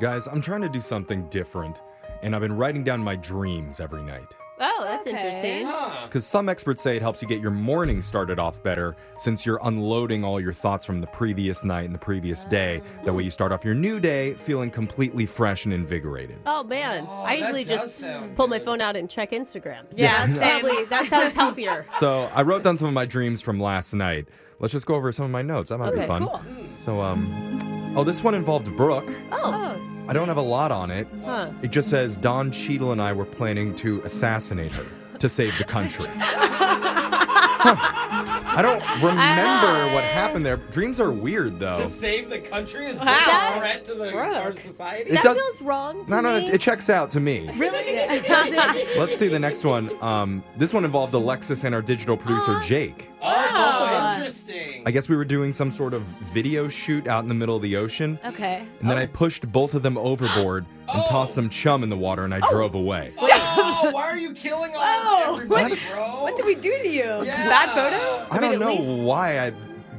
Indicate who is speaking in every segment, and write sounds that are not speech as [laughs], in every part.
Speaker 1: Guys, I'm trying to do something different, and I've been writing down my dreams every night.
Speaker 2: Oh, that's
Speaker 3: Okay.
Speaker 2: interesting.
Speaker 1: Because some experts say it helps you get your morning started off better since you're unloading all your thoughts from the previous night and the previous day. That way, you start off your new day feeling completely fresh and invigorated.
Speaker 2: Oh man,
Speaker 3: Oh,
Speaker 2: I usually
Speaker 3: that does
Speaker 2: just
Speaker 3: sound
Speaker 2: pull my
Speaker 3: good.
Speaker 2: phone out and check Instagram. So
Speaker 4: Yeah,
Speaker 2: that's
Speaker 4: same.
Speaker 2: probably that sounds healthier.
Speaker 1: So, I wrote down some of my dreams from last night. Let's just go over some of my notes. That might be
Speaker 2: Okay,
Speaker 1: fun.
Speaker 3: cool.
Speaker 1: So, um, oh, this one involved Brooke.
Speaker 2: Oh,
Speaker 1: I don't have a lot on it.
Speaker 2: huh.
Speaker 1: It just says Don Cheadle and I were planning to assassinate her to save the
Speaker 2: [laughs]
Speaker 1: country. Huh. I don't remember what happened there. Dreams are weird, though.
Speaker 3: To save the country is
Speaker 4: That-
Speaker 3: a threat to the
Speaker 4: Brooke.
Speaker 3: our society.
Speaker 1: It
Speaker 2: that
Speaker 1: does-
Speaker 2: feels wrong. To
Speaker 1: No, no,
Speaker 2: me.
Speaker 1: it checks out to me.
Speaker 2: really
Speaker 1: [laughs]
Speaker 2: does it?
Speaker 1: Let's see the next one. Um, this one involved Alexis and our digital
Speaker 2: Uh-huh.
Speaker 1: producer, Jake.
Speaker 3: oh, interesting.
Speaker 1: I guess we were doing some sort of video shoot out in the middle of the ocean.
Speaker 2: Oh.
Speaker 4: Okay.
Speaker 1: And then I pushed both of them overboard and tossed some chum in the water and I drove away.
Speaker 4: [laughs]
Speaker 3: oh, why are you killing all
Speaker 4: Whoa,
Speaker 3: everybody,
Speaker 1: what-
Speaker 3: bro?
Speaker 4: What did we do to you?
Speaker 3: Yeah.
Speaker 4: Bad photo?
Speaker 1: I
Speaker 2: mean,
Speaker 1: don't
Speaker 2: at
Speaker 1: know
Speaker 2: least-
Speaker 1: why I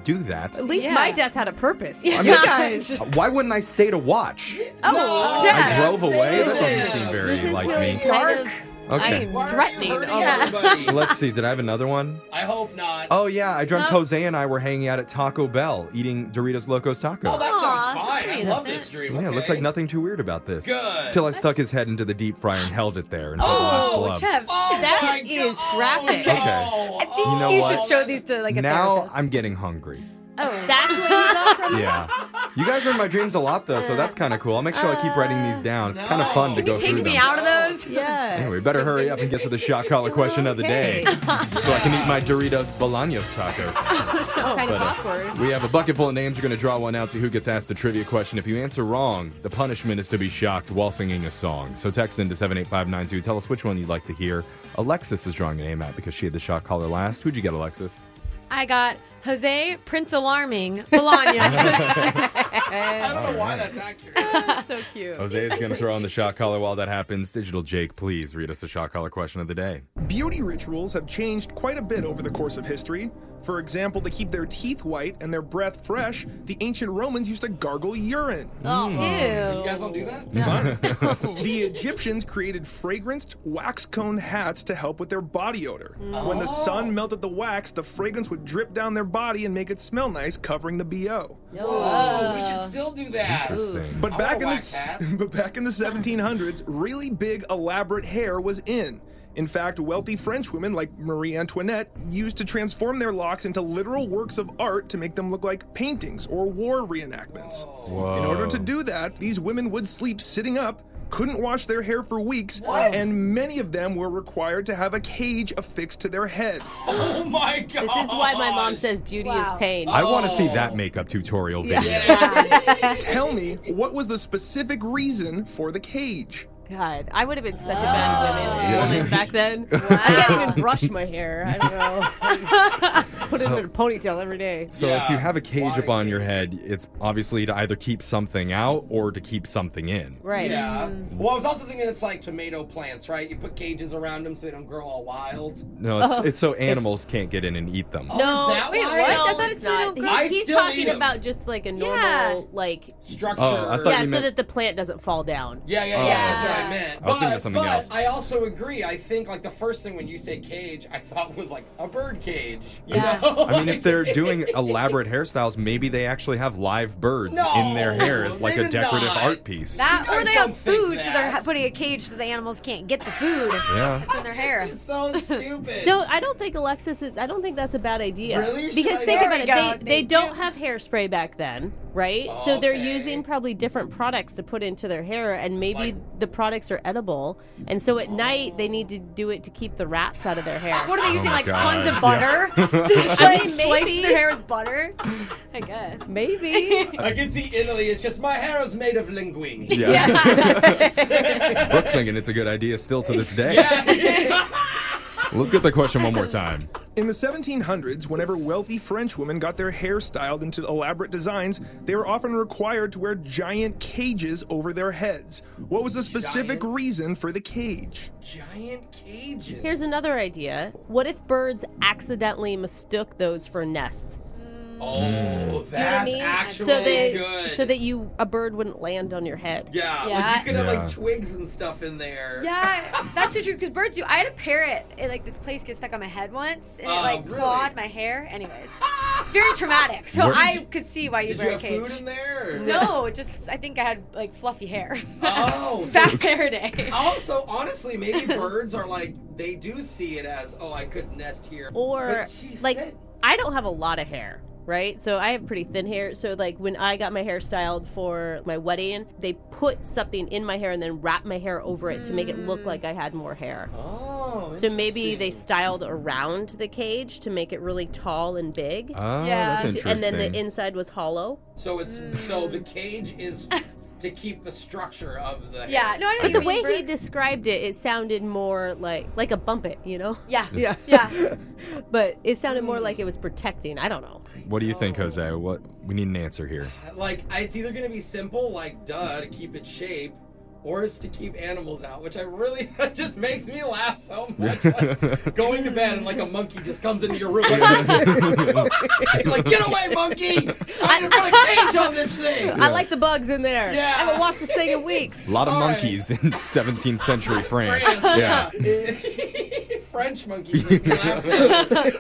Speaker 1: do that.
Speaker 2: At least
Speaker 4: Yeah.
Speaker 2: my death had a purpose.
Speaker 4: Yeah.
Speaker 1: I mean,
Speaker 4: Guys.
Speaker 1: why wouldn't I stay to watch?
Speaker 4: [laughs] Oh,
Speaker 3: No,
Speaker 4: yeah.
Speaker 1: I drove away. That
Speaker 2: This
Speaker 1: doesn't
Speaker 2: is-
Speaker 1: seem
Speaker 2: This
Speaker 1: very
Speaker 2: is
Speaker 1: like
Speaker 2: really
Speaker 1: me.
Speaker 2: kind of. I
Speaker 1: Okay.
Speaker 2: am
Speaker 3: Why are you
Speaker 2: threatening. Oh,
Speaker 3: hurting
Speaker 2: all of-
Speaker 1: [laughs]
Speaker 3: everybody?
Speaker 1: Let's see. Did I have another one?
Speaker 3: I hope not.
Speaker 1: Oh yeah, I dreamt Jose and I were hanging out at Taco Bell eating Doritos Locos Tacos.
Speaker 3: Oh, that
Speaker 4: Aw,
Speaker 3: sounds
Speaker 4: that's
Speaker 3: fine. I
Speaker 4: pretty
Speaker 3: love
Speaker 4: innocent.
Speaker 3: this dream.
Speaker 1: yeah,
Speaker 3: okay.
Speaker 1: looks like nothing too weird about this.
Speaker 3: Good.
Speaker 1: Till I stuck his head into the deep fryer and held it there until the last
Speaker 3: Oh,
Speaker 1: glove.
Speaker 4: Jeff.
Speaker 3: Oh,
Speaker 2: That
Speaker 3: my
Speaker 2: is
Speaker 3: God.
Speaker 2: graphic.
Speaker 3: Oh,
Speaker 1: Okay.
Speaker 3: no.
Speaker 4: I think
Speaker 1: You know
Speaker 4: you
Speaker 1: what?
Speaker 4: should show these to like a
Speaker 1: now
Speaker 4: therapist.
Speaker 1: I'm getting
Speaker 4: [laughs]
Speaker 1: hungry.
Speaker 4: Oh.
Speaker 2: That's what you got from
Speaker 1: Yeah. You guys are in my dreams a lot though, so that's kind of cool. I'll make sure I keep writing these down. It's kind of fun to
Speaker 3: Can
Speaker 1: go
Speaker 4: Can you
Speaker 1: through
Speaker 4: take me
Speaker 1: them.
Speaker 4: out of those?
Speaker 2: Yeah.
Speaker 1: Anyway, better hurry up and get to the shot collar question of the
Speaker 4: [laughs]
Speaker 1: day, so I can eat my Doritos Bolaños tacos.
Speaker 2: kind of
Speaker 1: But, uh, [laughs]
Speaker 2: awkward.
Speaker 1: We have a bucket full of names. We're going to draw one out, see who gets asked a trivia question. If you answer wrong, the punishment is to be shocked while singing a song. So text into 78592. Tell us which one you'd like to hear. Alexis is drawing a name out because she had the shot collar last. Who'd you get, Alexis?
Speaker 4: I got Jose Prince Alarming
Speaker 1: [laughs]
Speaker 4: Melania.
Speaker 3: I don't know why that's accurate.
Speaker 2: so cute.
Speaker 1: Jose is going to throw on the shot collar while that happens. Digital Jake, please read us the shot collar question of the day.
Speaker 5: Beauty rituals have changed quite a bit over the course of history. For example, to keep their teeth white and their breath fresh, the ancient Romans used to gargle urine.
Speaker 3: you guys don't do that?
Speaker 5: The Egyptians created fragranced wax cone hats to help with their body odor. When the sun melted the wax, the fragrance would drip down their body and make it smell nice, covering the BO.
Speaker 3: Oh, we
Speaker 4: Uh,
Speaker 3: should still do that.
Speaker 1: Interesting.
Speaker 5: But
Speaker 3: I want a
Speaker 5: back in the
Speaker 3: whack
Speaker 5: s-
Speaker 3: hat.
Speaker 5: [laughs] but back in the 1700s, really big elaborate hair was in. In fact, wealthy French women like Marie Antoinette used to transform their locks into literal works of art to make them look like paintings or war reenactments. In order
Speaker 1: Oh.
Speaker 5: to do that, these women would sleep sitting up, couldn't wash their hair for weeks, and many of them were required to have a cage affixed to their head.
Speaker 3: Oh my god.
Speaker 2: This is why my mom says beauty
Speaker 4: Wow.
Speaker 2: is pain.
Speaker 1: I want to see that makeup tutorial video.
Speaker 5: Tell me, what was the specific reason for the cage?
Speaker 2: God, I would have been such a
Speaker 3: Oh.
Speaker 2: bad woman, woman back
Speaker 3: [laughs]
Speaker 2: then. I can't even brush my hair. I don't know.
Speaker 3: [laughs]
Speaker 2: Put it in a ponytail every day.
Speaker 1: So if
Speaker 3: Yeah,
Speaker 1: you have a cage
Speaker 3: why
Speaker 1: up on your
Speaker 3: cage?
Speaker 1: head, it's obviously to either keep something out or to keep something in.
Speaker 2: Right. Mm.
Speaker 3: Yeah. Well, I was also thinking it's like tomato plants, right? You put cages around them so they don't grow all wild.
Speaker 1: No, it's,
Speaker 2: Oh.
Speaker 1: it's so animals can't get in and eat them.
Speaker 2: No,
Speaker 3: Oh, is that
Speaker 4: wait,
Speaker 3: why?
Speaker 4: what?
Speaker 2: No,
Speaker 4: I thought
Speaker 2: it's
Speaker 4: it's little
Speaker 2: not. He-
Speaker 4: girls.
Speaker 3: I
Speaker 2: he's
Speaker 3: still
Speaker 2: talking
Speaker 3: eat 'em.
Speaker 2: about just like a normal,
Speaker 4: Yeah.
Speaker 2: like
Speaker 3: Structure.
Speaker 1: Oh, I thought
Speaker 2: yeah,
Speaker 1: you
Speaker 2: so
Speaker 1: meant- Oh.
Speaker 2: that the plant doesn't fall down.
Speaker 3: Yeah, yeah, yeah, That's what I meant.
Speaker 1: I was thinking
Speaker 3: But-
Speaker 1: of something
Speaker 3: but
Speaker 1: else.
Speaker 3: I also agree. I think like the first thing when you say cage, I thought was like a bird cage. You
Speaker 4: Yeah.
Speaker 3: know?
Speaker 1: I mean, if
Speaker 3: [laughs]
Speaker 1: they're doing elaborate hairstyles, maybe they actually have live birds
Speaker 3: No,
Speaker 1: in their hair as like
Speaker 3: they
Speaker 1: a
Speaker 3: do
Speaker 1: decorative
Speaker 3: not.
Speaker 1: art piece.
Speaker 4: That,
Speaker 3: You
Speaker 4: or
Speaker 3: guys
Speaker 4: they have
Speaker 3: don't think
Speaker 4: food, so they're
Speaker 3: that.
Speaker 4: ha- putting a cage so the animals can't get the food
Speaker 1: yeah.
Speaker 4: that's in their hair.
Speaker 3: This
Speaker 2: [laughs]
Speaker 3: is so stupid.
Speaker 2: So I don't think Alexis is. I don't think that's a bad idea.
Speaker 3: Really? Should
Speaker 2: Because
Speaker 3: I-
Speaker 2: think
Speaker 3: There
Speaker 2: about
Speaker 4: we
Speaker 2: it.
Speaker 4: go.
Speaker 2: They,
Speaker 4: They
Speaker 2: they don't
Speaker 4: do.
Speaker 2: have hairspray back then, right? So they're
Speaker 3: Okay.
Speaker 2: using probably different products to put into their hair, and maybe
Speaker 3: Like-
Speaker 2: the products are edible. And so at night they need to do it to keep the rats out of their hair.
Speaker 3: [laughs]
Speaker 4: What are they using?
Speaker 1: Oh my
Speaker 4: like
Speaker 1: God.
Speaker 4: tons
Speaker 1: Yeah.
Speaker 4: of butter? [laughs] Just
Speaker 2: I
Speaker 4: like
Speaker 2: mean,
Speaker 4: slice
Speaker 2: maybe.
Speaker 4: their hair with butter? I guess.
Speaker 2: [laughs] Maybe.
Speaker 3: I can see Italy. It's just my hair is made of linguine.
Speaker 1: Yeah. [laughs] Brooke's thinking it's a good idea still to this day. Let's get the question one more time.
Speaker 5: In the 1700s, whenever wealthy French women got their hair styled into elaborate designs, they were often required to wear giant cages over their heads. What was the specific
Speaker 3: Giant?
Speaker 5: reason for the cage?
Speaker 3: Giant cages.
Speaker 2: Here's another idea. What if birds accidentally mistook those for nests?
Speaker 1: Mm.
Speaker 3: Oh,
Speaker 2: You know what I
Speaker 3: that's
Speaker 2: mean?
Speaker 3: actually
Speaker 2: so that
Speaker 3: good.
Speaker 2: so that you a bird wouldn't land on your head.
Speaker 3: yeah, like
Speaker 4: Yeah.
Speaker 3: you could have
Speaker 1: Yeah.
Speaker 3: like twigs and stuff in there.
Speaker 4: Yeah, that's so true. Because birds do. I had a parrot. It, like this place get stuck on my head once, and it
Speaker 3: Oh,
Speaker 4: like
Speaker 3: really?
Speaker 4: clawed my hair. Anyways, very traumatic. So
Speaker 1: Where-
Speaker 4: I could see why you'd
Speaker 3: Did
Speaker 4: wear
Speaker 3: you
Speaker 4: a
Speaker 3: have
Speaker 4: cage.
Speaker 3: food in there? or-
Speaker 4: No, just I think I had like fluffy hair.
Speaker 3: [laughs]
Speaker 4: [laughs]
Speaker 2: [laughs]
Speaker 3: Oh, so-
Speaker 4: Back hair day.
Speaker 3: also, honestly, maybe birds are like they do see it as, oh, I could nest here.
Speaker 2: Or
Speaker 3: But she
Speaker 2: like
Speaker 3: said-
Speaker 2: I don't have a lot of hair, right? So I have pretty thin hair. So like when I got my hair styled for my wedding, they put something in my hair and then wrapped my hair over it to make it look like I had more hair.
Speaker 3: Oh,
Speaker 2: So maybe they
Speaker 3: interesting.
Speaker 2: styled around the cage to make it really tall and big.
Speaker 1: Oh,
Speaker 4: Yeah.
Speaker 1: that's
Speaker 2: and
Speaker 1: interesting.
Speaker 2: then the inside was hollow.
Speaker 3: So it's so the cage
Speaker 2: [laughs]
Speaker 3: is to keep the structure of the.
Speaker 4: Yeah.
Speaker 3: hair.
Speaker 4: No, I know
Speaker 2: But
Speaker 4: you
Speaker 2: the
Speaker 4: mean,
Speaker 2: way he
Speaker 4: bird-
Speaker 2: described it, it sounded more like like a bumpet, you know?
Speaker 4: Yeah.
Speaker 2: [laughs] Yeah.
Speaker 4: Yeah.
Speaker 2: But it sounded more like it was protecting. I don't know.
Speaker 1: what do you think, Jose? What we need an answer here.
Speaker 3: Like it's either gonna be simple, like duh, to keep its shape, or it's to keep animals out, which I really [laughs] it just makes me laugh so [laughs] much. Like, going to bed and like a monkey just comes into your room, like, [laughs] like, get away, monkey! I'm gonna put a cage on this thing.
Speaker 2: I like the bugs in there.
Speaker 3: Yeah.
Speaker 2: I haven't watched this thing in weeks.
Speaker 1: A lot of
Speaker 3: All right.
Speaker 1: monkeys in [laughs] 17th century France.
Speaker 3: yeah. [laughs] French monkeys. make [laughs] me laugh.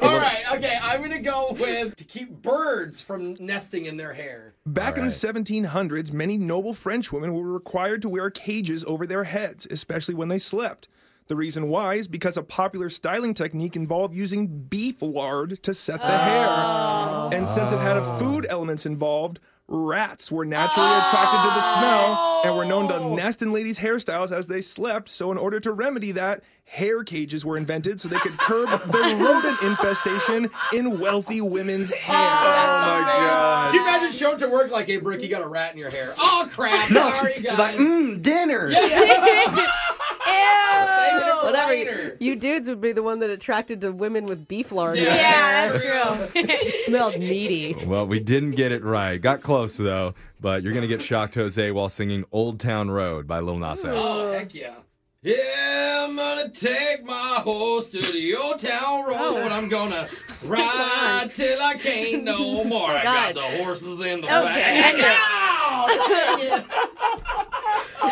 Speaker 3: All right, okay, I'm gonna go with to keep birds from nesting in their hair.
Speaker 5: Back in the
Speaker 1: Alright.
Speaker 5: 1700s, many noble French women were required to wear cages over their heads, especially when they slept. The reason why is because a popular styling technique involved using beef lard to set the hair. And since it had a food elements involved, rats were naturally attracted to the smell and were known to nest in ladies' hairstyles as they slept. So, in order to remedy that, hair cages were invented so they could curb the rodent infestation in wealthy women's hair.
Speaker 3: Oh my god. Can you imagine showing to work like, hey, Brooke, you got a rat in your hair? Oh, crap. Sorry, guys.
Speaker 6: Like, mmm, dinner.
Speaker 3: [laughs]
Speaker 4: Ew.
Speaker 3: Saving it for
Speaker 2: [laughs] Whatever. You,
Speaker 3: later.
Speaker 2: you dudes would be the one that attracted to women with beef lard.
Speaker 4: Yeah,
Speaker 3: that's true.
Speaker 2: She smelled meaty.
Speaker 1: Well, we didn't get it right. Got close though, but you're gonna get shocked, Jose, while singing "Old Town Road" by Lil Nas X.
Speaker 3: oh, heck yeah. Yeah, I'm gonna take my horse to the old town road. I'm gonna ride till I can't no more. I got
Speaker 2: God.
Speaker 3: the horses in
Speaker 4: Okay,
Speaker 3: the back.
Speaker 4: I know.
Speaker 3: Ow! Dang it.
Speaker 2: [laughs]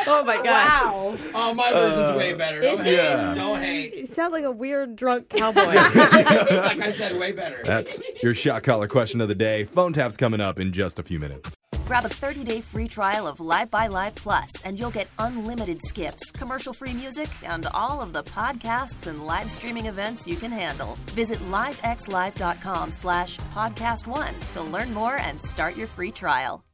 Speaker 2: Oh my gosh.
Speaker 4: Wow.
Speaker 3: [laughs] Oh, my version's way better. Don't
Speaker 2: is
Speaker 3: hate.
Speaker 2: it?
Speaker 1: Yeah.
Speaker 3: Don't hate.
Speaker 2: You sound like a weird drunk cowboy.
Speaker 3: like I said, way better.
Speaker 1: That's your shot collar question of the day. Phone tap's coming up in just a few minutes.
Speaker 7: Grab a 30-day free trial of Live by Live Plus, and you'll get unlimited skips, commercial-free music, and all of the podcasts and live streaming events you can handle. Visit livexlive.com slash podcast one to learn more and start your free trial.